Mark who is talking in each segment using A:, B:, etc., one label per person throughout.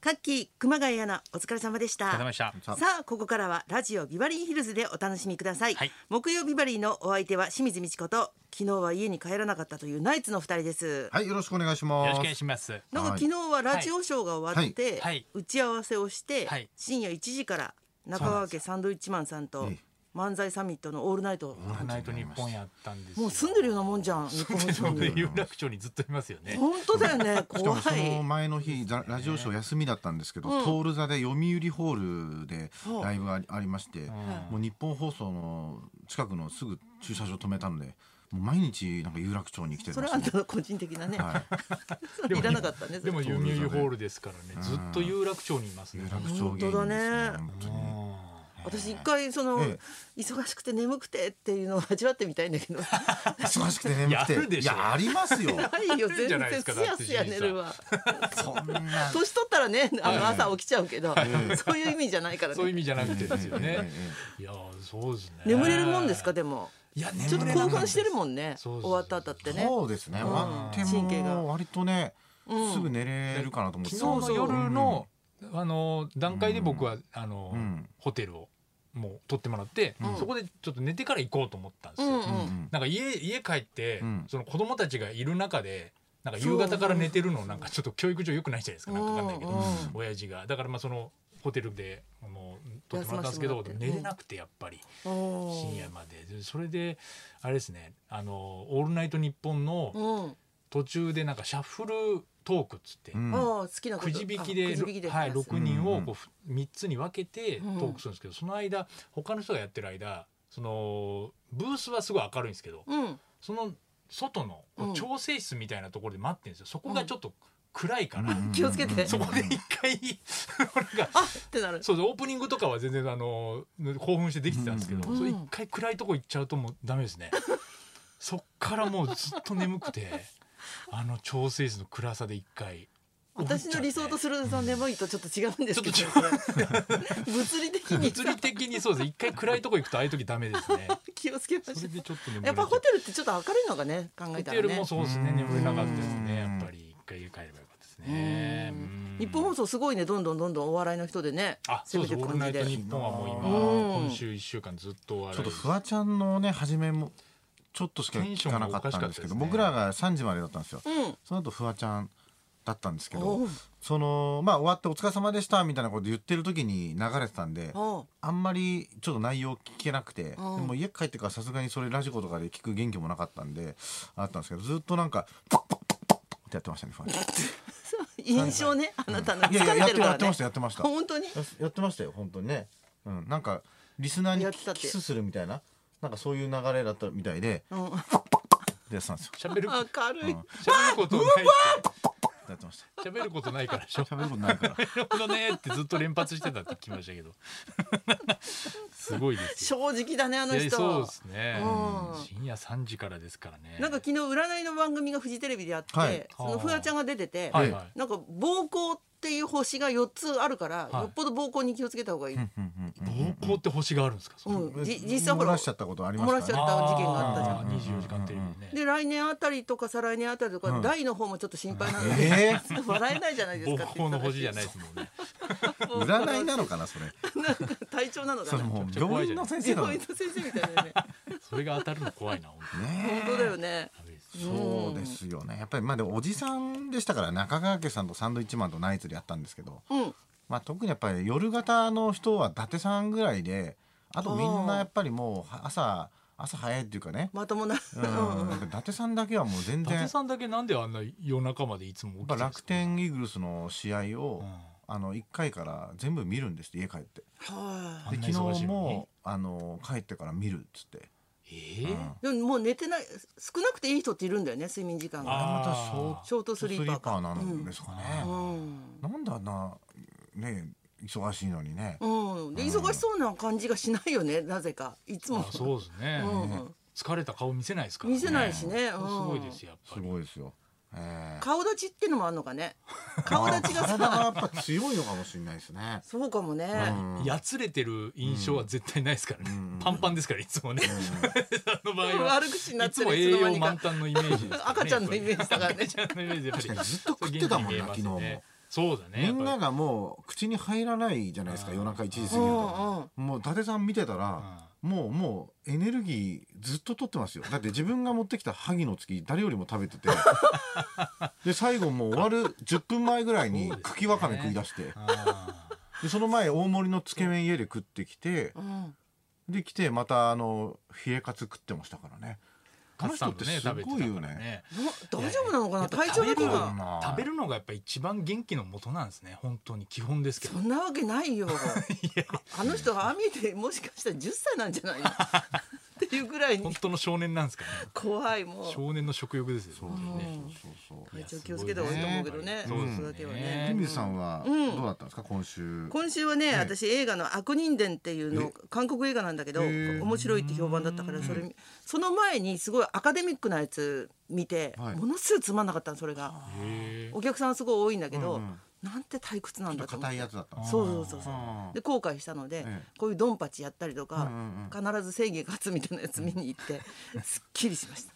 A: タッキー熊谷アナお疲れ様でし
B: お疲
A: た
B: れ様でした
A: さあここからはラジオビバリーヒルズでお楽しみください、
B: はい
A: 木曜ビバリーのお相手は清水美智子と昨日は家に帰らなかったというナイツの二人です
C: はい、よろしくお願いし
B: よ
C: ま
B: ろしく
C: す。
B: お願いします
A: なんか
C: はい
A: 昨日はラジオショーが終わって、
B: いはい
A: 打ち合わせをして、
B: はい
A: 深夜1時から中川家サンドウィッチマンさんと
C: え
A: 漫才サミットのオールナイト
B: ナイト日本やったんです
A: もう住んでるようなもんじゃん日 本放送に
B: 有楽町にずっといますよね
A: 本当だよ ね
C: しか
A: 怖
C: もその
A: い
C: 前の日ざラジオショー休みだったんですけど、
A: うん
C: トール座で読売ホールで
A: うん
C: ライブありありまし
B: ん
C: て、もう日本放送の近くのすぐ駐車場止めたのでもう毎日なんか有楽町に来て
A: そ
C: ま
A: れ
C: し
A: はあ
C: た
A: ん
C: ね、
A: たの個人的なね、
C: はい、
A: そ れいらなかったね
B: でも
A: それ
B: 有名ホールですからねずっと有楽町にいます
C: 有
B: ね
C: 楽町芸人ですね
A: 本当だね
C: 本当にね
A: 私一回その、
C: え
A: 忙しくて眠くてっていうのを味わってみたいんだけ ど
C: 忙しくて眠くて
B: やるで
C: い
B: しょ
C: やありますよ
A: ないよ
B: る
A: 全
B: んじゃないで
A: 然
B: すか
A: すやすや寝るわ
C: そん
A: 年
C: な
A: 取ったらねあの朝起きちゃうけど、
C: ええ
A: そういう意味じゃないから
B: そうい
A: ね
B: う意味じゃなくてですよ
C: ええ
B: ね
C: え
B: いやそうですね
A: 眠れるもんですかでも
B: いや
A: ちょ
B: 眠
A: っと
B: れな
A: 興
B: かった
A: 奮してるもんね
B: そうそ
A: 終
B: う
A: わった後って
C: え
A: ね
C: そうですね終わって
A: 神経が
C: も割とね、
A: うん
C: すぐ寝れるかなと思って
B: 昨日の夜のあの段階で僕はあの
C: うん
B: ホテルをもう取ってもらって
A: うん
B: そこでちょっと寝てから行こうと思ったんです
A: うんうん
B: よ
C: うんうん
B: なんか家家帰って、
C: うん
B: その子供たちがいる中でなんか夕方から寝てるのなんかちょっと教育上良くないじゃないですかなんかわかんないけど、
A: うんうん
B: 親父がだからまあそのホテルであの撮ってもらったんですけ
A: 休ま
B: ど
A: せてもらって
B: 寝れなくてやっぱり
A: うん
B: 深夜まででそれであれですね「あのオールナイトニッポン」の
A: うん
B: 途中でなんかシャッフルトークっつって。
C: うん
A: ああ好きなこと
B: くじ引き
A: あ
B: で
A: くじ引きで
B: はい、
A: 話す
B: 6人をこう3つに分けてト
A: うん
B: ークするんですけど、その間他の人がやってる間そのブースはすごい明るいんですけど、
A: うん
B: その外のこ
A: うん
B: う調整室みたいなところで待ってるんですよ。そこがちょっと暗いから、
C: うん
A: 気をつけて
B: そこで一回 俺が
A: あってなる
B: そうそうオープニングとかは全然あの興奮してできてたんですけど、
A: うん
B: それ一回暗いとこ行っちゃうともうダメ ですね。そっからもうずっと眠くて、あの調整室の暗さで一回。
A: 私の理想とするその眠いとちょっと違うんですけど
B: ちょっ
A: これ物理的に
B: 物理的にそうです一回暗いとこ行くとああいう時ダメですね。
A: 気をつけま
B: そ
A: しょ
B: れ
A: う
B: でちょっと眠れちゃ
A: や
B: う
A: っぱホテルってちょっと明るいのがね考え
B: ホ
A: た
B: テ
A: ら
B: ル
A: ね
B: もそうですね眠れなかったですね
C: う
B: や
C: ん
B: っぱり一回家帰ればよかったですね
A: う。
B: うん
A: 日本放送すごいねどんどんどんどんお笑いの人でね
B: あ、そうそう、
A: 攻
B: オー
A: め
B: ル
A: て
B: ナ
A: い
B: イ
A: く感じで
B: トニッポンは
A: うん
B: もう今、今週一週間ずっと笑
C: ちょっとフワちゃんのね初めもちょっとしか聞かなかっ
B: テンションがおかしか
C: たんですけど
B: ったですね
C: 僕らが3時までだったんですよ
A: うん
C: その後フワちゃんだったんですけ
A: お
C: ど
A: う
C: そのまあ終わって「お疲れ様でした」みたいなこと言ってる時に流れてたんで
A: おう
C: あんまりちょっと内容聞けなくてで
A: うん
C: も家帰ってからさすがにそれラジコとかで聞く元気もなかったんであったんですけどずっとなんか「ポッポッポッポッポッってやってましたねフワちゃん
A: 印象ねあなたの
C: いやいや
A: 疲れ
C: やってて
A: る
C: や
A: か
C: ってま
A: ら
C: した
A: ね
C: やってました
A: 本当に
C: ややってましたよ本当にね、うん、なんかリスナー
A: や
C: に
A: ってたって
C: キスするみたいななんかそういう流れだったみたいで
A: うん
C: でやってたんですよ
B: 喋る、
A: 明るい
C: うん
B: 喋ることない
C: やってました
B: って。喋ることないからでしょ。
C: 喋ることない から
B: なるほどねってずっと連発してたって聞きましたけど。 すごいですよ。
A: 正直だねあの
B: いやそう
A: 人
B: ですね
A: うん。
B: 深夜三時からですからね。
A: なんか昨日占いの番組がフジテレビであっ
C: は
A: て
C: い
A: そのフワちゃんが出てて
B: はいはい。
A: なんか膀胱っていう星が4つあるから
B: は
A: よ
B: い
A: っぽど膀胱に気をつけた方がいい
B: 暴行って星があるんですか。その
A: うんじ実際ほ
C: 漏
A: ら
C: らしちゃったことあります
A: 漏らしち
C: か
A: ゃ
C: ら
A: っ
C: ね
A: た事件があったじゃん
B: ー24時間テレビでね。
A: で来年あたりとか再来年あたりとか、
C: ん
A: 大の方もちょっと心配なので、
C: え
A: 笑えないじゃないです
B: 暴
A: かって
B: 行の星じゃないいですもんね。
C: ー、占いなのかなそれ
A: 体調なの
C: そ
A: か
C: れ
A: な
C: も
B: めちゃくち
C: う
B: ゃ怖
C: 病
B: いじ
C: 院
B: ゃな
C: の
B: い
C: 先生なの
A: 病院
C: ね
A: の先生みたいなね
B: それが当たるの怖いな。本当に
A: 本当だよね
B: ダメです
C: えそうですよねやっぱりまあでもおじさんでしたから中川家さんとサンドイッチマンとナイツでやったんですけど
A: うん
C: まあ、特にやっぱり夜型の人は伊達さんぐらいであとみんなやっぱりもうは朝朝早いっていうかね、
A: まともな、
C: うん、やっぱ伊達さんだけはもう全
B: 伊
C: 然や
B: 達
C: っ
B: さんだけなんであんな夜中までいつも起きて
C: ぱ
B: るんですか。
C: 楽天イーグルスの試合を、
B: うん
C: あの1回から全部見るんですって家帰って
A: は
B: あ
C: で
B: んな
C: 昨
B: 忙しいの
C: 日
B: に
C: もあの帰ってから見るっつって、
B: え
C: うん、
B: え。
A: いでももう寝てない少なくていい人っているんだよね睡眠時間
C: あれ
A: が
C: また
B: あ
C: ショ
B: ー
C: ー
A: ショート
C: トス
A: ス
C: リ
A: リー
C: ー
A: パー
C: パ
A: か
C: ーなんですか
A: う
C: ね、
A: ん
C: なんであんなね忙しいのにね、
A: うん、で忙しそうな感じがしないよねなぜかいつも
B: あそうですね、
A: うん
B: 疲れた顔見せないですから、ね、
A: 見せないしね、うん、
B: すごいですよやっぱ
C: す
B: り
C: ごいですよ、ええ
A: 顔立ちってのもあるのかね顔立ち が
C: 体が
A: さ
C: やっぱ強いのかもしれないで すね
A: そうかもね、
C: うん
B: やつれてる印象は絶対ないですからね、パンパンですからいつも ね、あの場合は
A: 悪口になっ
B: い
A: て
B: つ
A: る
B: も
A: いつ
B: 栄
A: の間
B: 養
A: にか
B: 満タンのイメージですからね
A: 赤ちゃんのイメージだからね
B: 赤ちゃんのイメージやっぱ
C: 確かに
B: り
C: ずっと食ってたもんな
B: 元気に見えますねそうだね
C: み
B: やっぱり
C: んながもう口に入らないじゃないですか
B: あー
C: 夜中1時過ぎ
A: う
C: ると
A: んうん
C: もう伊達さん見てた
B: う
C: ら
B: ん
C: もうもうエネルギーずっと取ってますよだって自分が持ってきた萩の月誰よりも食べ ててで最後もう終わる10分前ぐらいに
B: そうですね
C: 茎わかめ食い出して
B: あ
C: でその前大盛りのつけ麺家で食ってきて
A: うん
C: で来てまたあの冷えカツ食ってましたからね
B: ー
C: この人ってすごいよね。
A: ど大丈夫なのかな体調
B: やっ
A: 的に
B: ぱ食べる
A: は
C: な
B: 食べるのがやっぱ一番元気の元なんですね本当に基本ですけど
A: そんなわけ ないよああの人がああ見えてもしかしたら10歳なんじゃない のっていうぐらいに
B: 本当の少年なんですかね
A: 怖いもう
B: 少年の食欲ですよ
C: そう
B: 本当に
C: そう
B: ね
C: そうそうそう
A: 体調気をつけた方がいいと思うけどね
B: そうですね
A: 子育ては
B: う
A: ね
C: 清
B: ん
C: 水さんはど
A: うん
C: うだったんですか今週
A: 今週はね、
C: ええ
A: 私映画の「悪人伝」っていうの
C: え
A: 韓国映画なんだけど、
C: へえ
A: 面白いって評判だったからそれ、その前にすごいアカデミックなやつ見て、
C: はい
A: ものすごいつまんなかったのそれが
B: へー
A: お客さんすごい多いんだけど、
C: うんうん
A: なんて退屈な
C: ちょ
A: ん
C: っと
A: だと思っ
C: 硬い
A: て
C: やつだったんです
A: そうそうそうそう
C: あー
A: で後悔したので、
C: ええ
A: こういうドンパチやったりと
C: うん
A: か、
C: うんうん
A: 必ず正義が勝つみたいなやつ見に行 って、すっきりしました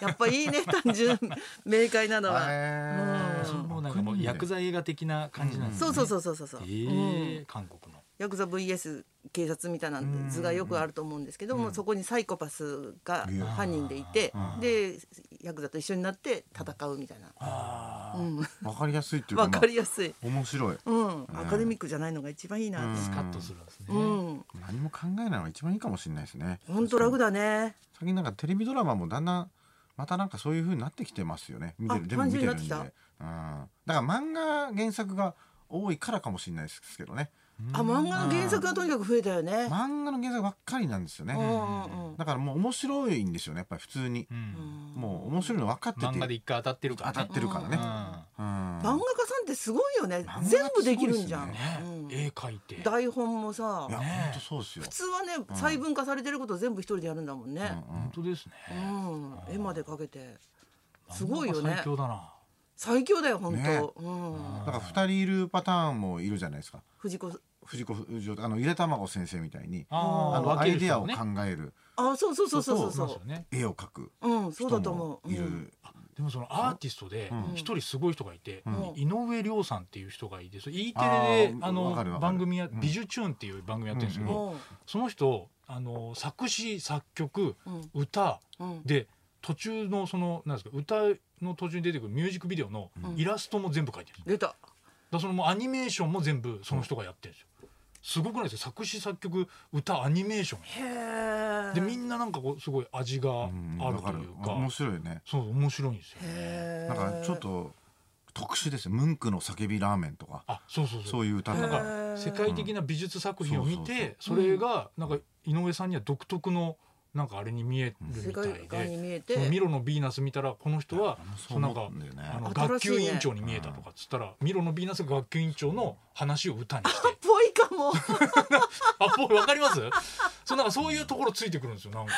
A: やっぱいいね単純明快なのは、
C: へー
A: うん
B: もうなんかもう薬剤映画的な感じなんです
A: そ
B: ね
A: うそうそうそうそうそう、
B: え
A: うん
B: ー韓国の
A: ヤクザ VS 警察みたいな図がよくあると思うんですけども、そこにサイコパスが
C: いや
A: 犯人でいて
C: うん
A: でヤクザと一緒になって戦うみたいな、
B: あ
A: う
B: ー
A: ん、
C: わかりやすいっていうか
A: わかりやすい、
C: まあ面白い
A: うん、アカデミックじゃないのが一番いいな
C: うん
B: スカッとするんですね、
A: うん、
C: 何も考えないのが一番いいかもしれないですね
A: 本当楽だね
C: 最近なんかテレビドラマもだんだんまたなんかそういう風になってきてますよね見て
A: あ
C: る全部見てるん
A: 感
C: で
A: じ
C: う
A: に
C: ん
A: なっ
C: だ
A: て
C: から漫画原作が多いからかもしれないですけどね
A: あ漫画の原作がとにかく増えたよね、
C: 漫画の原作ばっかりなんですよ
A: うんう
C: ね
A: んうん
C: だからもう面白いんですよねやっぱり普通に
B: うん
C: もう面白いの分かってて
B: 漫画で一回当たってるから
C: 当
B: ね
C: たってるからねうん
A: 漫画家さんってすごいよね
C: 漫画家
A: 全部できるんじゃ
C: すご
A: ん、
B: うん
C: いで
B: ね絵描いて
A: 台本もさ
C: いや
B: ね
C: 本当そうですよ
A: 普通はね細分化されてることを全部一人でやるんだもんね、
C: うんうん
B: 本当ですね、
A: うん
B: あ、ー
A: 絵まで描けてすごいよ
B: 漫画
A: ね
B: が最強だな
A: 最強だよ本当、
C: ね
A: うん、
C: だから二人いるパターンもいるじゃないですか
A: 藤子
C: 藤子不二雄あのゆで卵先生みたいに
B: あ
C: あ
B: ー
C: のア
B: 分け
C: イ
B: る
C: デア
B: 人
C: を
B: も
C: 考
B: ね
C: える
A: あそうそうそうそうそう
B: そ
A: そうう
B: ですよね
C: 絵を描く
A: うんそうだ
C: 人
A: と思
C: も
A: う
C: いる、
A: うん
B: でもそのアーティストで
C: うん
B: 一人すごい人がいて、
A: ん
B: 井上涼さんっていう人がいてそれ E テレで
C: あー
B: あ
C: わかる
B: の
C: わかる
B: 番組や
C: う
B: 「
C: ん
B: ビジュチューン」っていう番組やってるんですけど、
A: うん
B: その人あの作詞作曲
A: うん
B: 歌
A: うん
B: で途中のそのなんですか歌の途中に出てくるミュージックビデオの
A: ん
B: イラストも全部描いてるんです
A: 出
B: よ
A: た
B: だからそのもうアニメーションも全部その人がやってるんですよすごくないですか作詞作曲歌アニメーション
A: へえ
B: でみんななんかこうすごい味が
C: うん
B: ある
C: わか
B: と
C: る
B: いうか、
C: 面白いよね
B: そう面白いんですよね
A: へえ
C: なんかちょっと特殊ですよムンクの叫びラーメンとか
B: あそうそうそう
C: そういう歌と
B: なん
C: か
A: へー
B: か世界的な美術作品を見
C: うん
B: て、それがなんか井上さんには独特のなんかあれに見える
A: 世
B: みたい
A: 界観に
B: で、
A: 見え
B: そのミ
A: て
B: ロのヴィーナス見たらこの人は
C: そ
B: そう
C: う
B: なん
C: 思
B: か
C: うんだよね
B: あの
A: 新
B: 学
A: しいね
B: 級委員長に見えたとかっつったら、ミロのヴィーナスが学級委員長の話を歌にして、
A: ぽいかも
B: あもうわかります？そうなんかそういうところついてくるんですよなんか。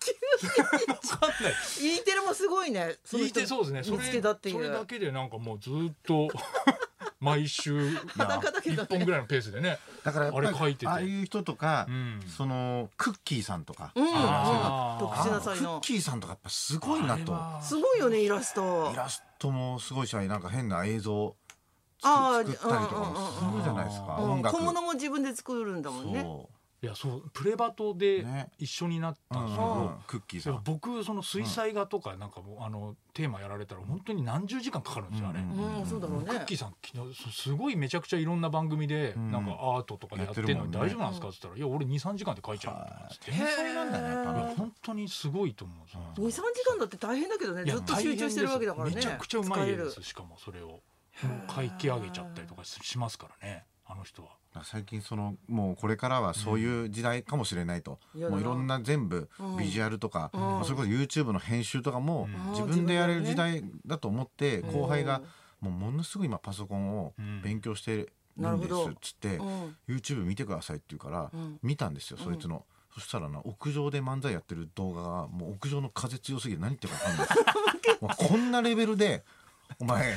B: わかんない。
A: E テレもすごいねその
B: 聞い
A: 人
B: てそうですね。そ
A: 見つけたってい
B: れそれだ
A: う
B: けでなんかもうずっと 毎週
A: 裸だけ
B: 一
A: どね
B: 本ぐらいのペースでね。
C: だからやっぱり
B: あれ書いてて
C: ああいう人とか、
B: うん
C: そのクッキーさんとか、
A: うんうん
B: あー
A: 特
C: あ
A: 殊
C: の
A: な
C: ク
A: 才能
C: ッキーさんとかやっぱすごいなと
B: あ
A: すごいよねイラスト
C: イラストもすごいしなんか変な映像つ
A: あー
C: 作ったりとかもすごいじゃないですか、
B: うん
A: うん
C: 音楽
A: 小物も自分で作るんだもんね
C: そ
B: いやそうプレバトで
C: ね
B: 一緒になっ
C: う、
B: た
C: うんん
B: ですけど、
C: うんクッキー
B: い
C: さ
B: や
C: ん
B: 僕その水彩画とかなんかもう、あのテーマやられたら本当に何十時間かかるんですよあれ。
C: うん
A: うんそうだろう
B: ク
A: ね
B: ッキーさん昨日すすごいめちゃくちゃいろんな番組で
C: うん
B: なんかアートとかやってる
C: や
B: の
C: ってるも
B: に
C: んね
B: 大丈夫なんですかって言ったら「いや俺23時間で描いちゃう」とかっつってい
C: 天才なんだよねやっぱ
B: や
C: あの
B: 本当にすごいと思うんですよ
A: 23時間だって大変だけどね
B: いや
A: ずっと集中してるわけだからね
B: 大変ですよめちゃくちゃうまい
A: 疲れ
B: で
A: る
B: すしかもそれを書き上げちゃったりとかしますからねあの人は
C: 最近そのもうこれからはそういう時代かもしれないと、
A: うんいや
C: もういろんな全部
A: うん
C: ビジュアルとか、
A: うん
C: まあそれこそ YouTube の編集とかも
A: うん
C: 自分でやれる時代だと思って
A: うん
C: 後輩がもうものすごい今パソコンを
B: うん
C: 勉強してる
A: なる
C: ん
A: ほ
C: です
A: ど
C: っつって
A: うん
C: YouTube 見てくださいって言うから
A: うん
C: 見たんですよそいつの。そしたらな屋上で漫才やってる動画がもう屋上の風強すぎて何言ってるか分かんない まあこんなレベルでお前
A: 語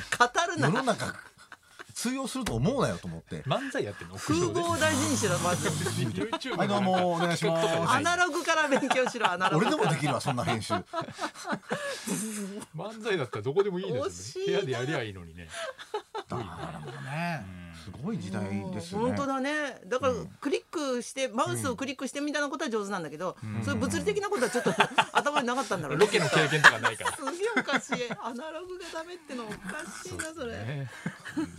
A: る
C: 世
A: な
C: の中通用すると思うなよと思って
B: 漫才やってるの
A: 風貌を大事にしろまず
B: YouTube
C: はいどうもお願いします
A: アナログから勉強しろアナログ
C: 俺でもできるわそんな編集
B: 漫才だったらどこでもいいで
A: 惜
B: す
A: し
B: よ
A: い
B: ね部屋でやりゃいいのにね
C: ったな
B: ね
C: すごい時代ですよね
A: 本当だねだからクリックして、マウスをクリックしてみたいなことは上手なんだけど、そういう物理的なことはちょっと頭になかったんだろうね
B: ロケの経験とかないから
A: すげえおかしいアナログがダメってのおかしいなそれ
B: ね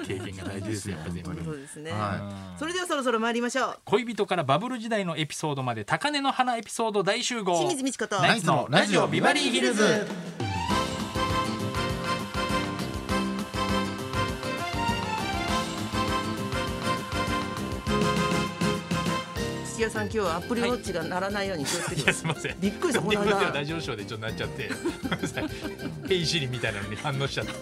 B: 経験が大事ですよやっぱ全部
A: そうですね、
C: は
A: それではそろそろ参りましょう
B: 恋人からバブル時代のエピソードまで高根の花エピソード大集合
A: 清水美智子と
B: ナイツのラジオビバリーヒルズ
A: 土屋さん今日はアップルウォッチが鳴らないように気をつけて
B: い
A: くだ
B: やす
A: さ
B: いません
A: びっくりしたこ
B: ビ
A: の
B: ッ
A: 間
B: グラジオショーでちょっとなっちゃってごめんなさい「ヘイシリ」みたいなのに反応しちゃった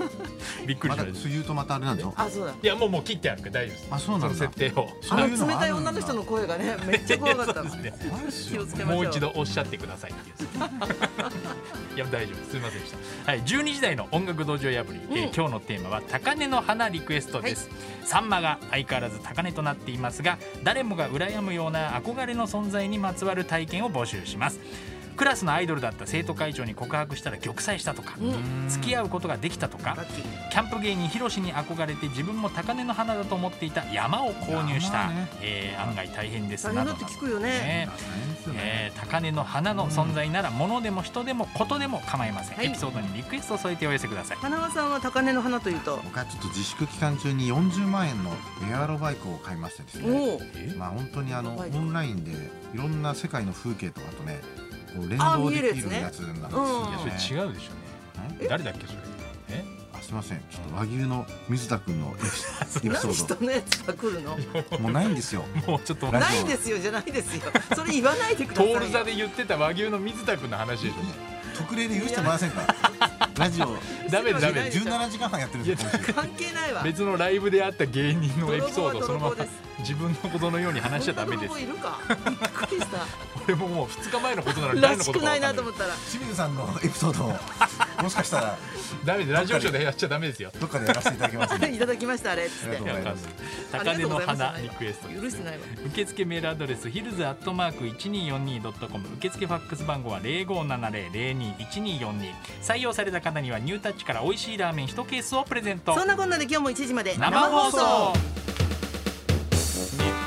B: びっく
C: い
B: りした
C: ま
B: ま
C: 梅
B: した
C: 雨とまたあれなんでしょ
A: いあそうだ
B: いやもうもう切ってあるから大丈夫です
C: あそうなんだ
B: その設定を
C: そ
A: あ
C: う
A: の
C: いうの
A: 冷
C: が
A: たい
C: あるんだ
A: 女の人の声がねめっちゃ怖かった
B: いやそうですね
C: 怖いっす
A: 気
C: よ
A: をつけましょう
B: もう一度おっしゃってくださいっていうやつ いや大丈夫すみませんでしたはい12時台の音楽道場破り、えー今日のテーマは高根の花リクエストです、サンマが相変わらず高値となっていますが誰もが羨むような憧れの存在にまつわる体験を募集しますクラスのアイドルだった生徒会長に告白したら玉砕したとか、
A: うん
B: 付き合うことができたとか
A: ラッキー
B: キャンプ芸人ひろしに憧れて自分も高根の花だと思っていた山を購入した、
C: 山ね
B: えー案外大変です
A: 大
B: な
A: 変
B: ど
A: だっ
B: な
A: て
B: ど
A: 聞くよね
B: ね
C: 大変ですよね
B: えー高根の花の存在なら物でも人でもことでも構いません、
A: はい
B: エピソードにリクエストを添えてお寄せください
A: 花輪さんは高根の花というと
C: 僕はちょっと自粛期間中に40万円のエアロバイクを買いましてですね
A: おお
C: まあ本当にあの
A: エアロバ
C: オ
A: イク
C: ンラインでいろんな世界の風景とかとねこう連
A: あ
C: 動
A: 見える
C: で
A: やつ
C: き
A: ね
C: るやつなんです
A: いや
C: よ
B: 違
C: ね
B: うでしょうね誰だっけそれえ
C: あすいませんちょっと和牛の水田君のエピソードエピソ
A: 何
C: ー
A: 人のやつが来るの
C: ドもうないんですよ
B: もうちょっと
C: ラジオ
A: ないですよじゃないですよそれ言わないでくだ
B: ト
A: さい
B: ール座
A: で
B: で言ってた和牛の水田君の話でし
C: 特例で許してもらえませんかラジオ
B: ょダメダメ
C: 17時間半やってるんですよ今週
A: 関係ないわ
B: 別のライブであった芸人のエピソードをそのまま
A: 泥棒は泥棒
B: 自分のことのように話しちゃダメです
A: こんな泥棒いるかびっくりした
B: 俺ももう2日前のことなら誰
A: ら
B: の
A: し
B: こと
A: く
B: か
A: ない
B: 分
A: な
B: か
A: んと
B: ない
A: 思ったら
C: 清水さんのエピソードをもしかしたら
B: ダメでラジオショーでやっちゃダメですよ
C: どっかでやらせていただきますんで
A: いただきましたあれっつっ
C: ありがとうご
A: て
C: ざい
B: いやわか
C: ま
B: ん
C: す
B: ない
A: あ
B: 高
A: りが
B: 根
A: と
B: の
A: うございます
B: 花リクエストです
A: 許してないわ
B: 受付メールアドレスヒルズアットマーク 1242.com 受付ファックス番号は0570021242採用された方にはニュータッチから美味しいラーメン1ケースをプレゼント
A: そんなこんなで今日も1時まで
B: 生放送日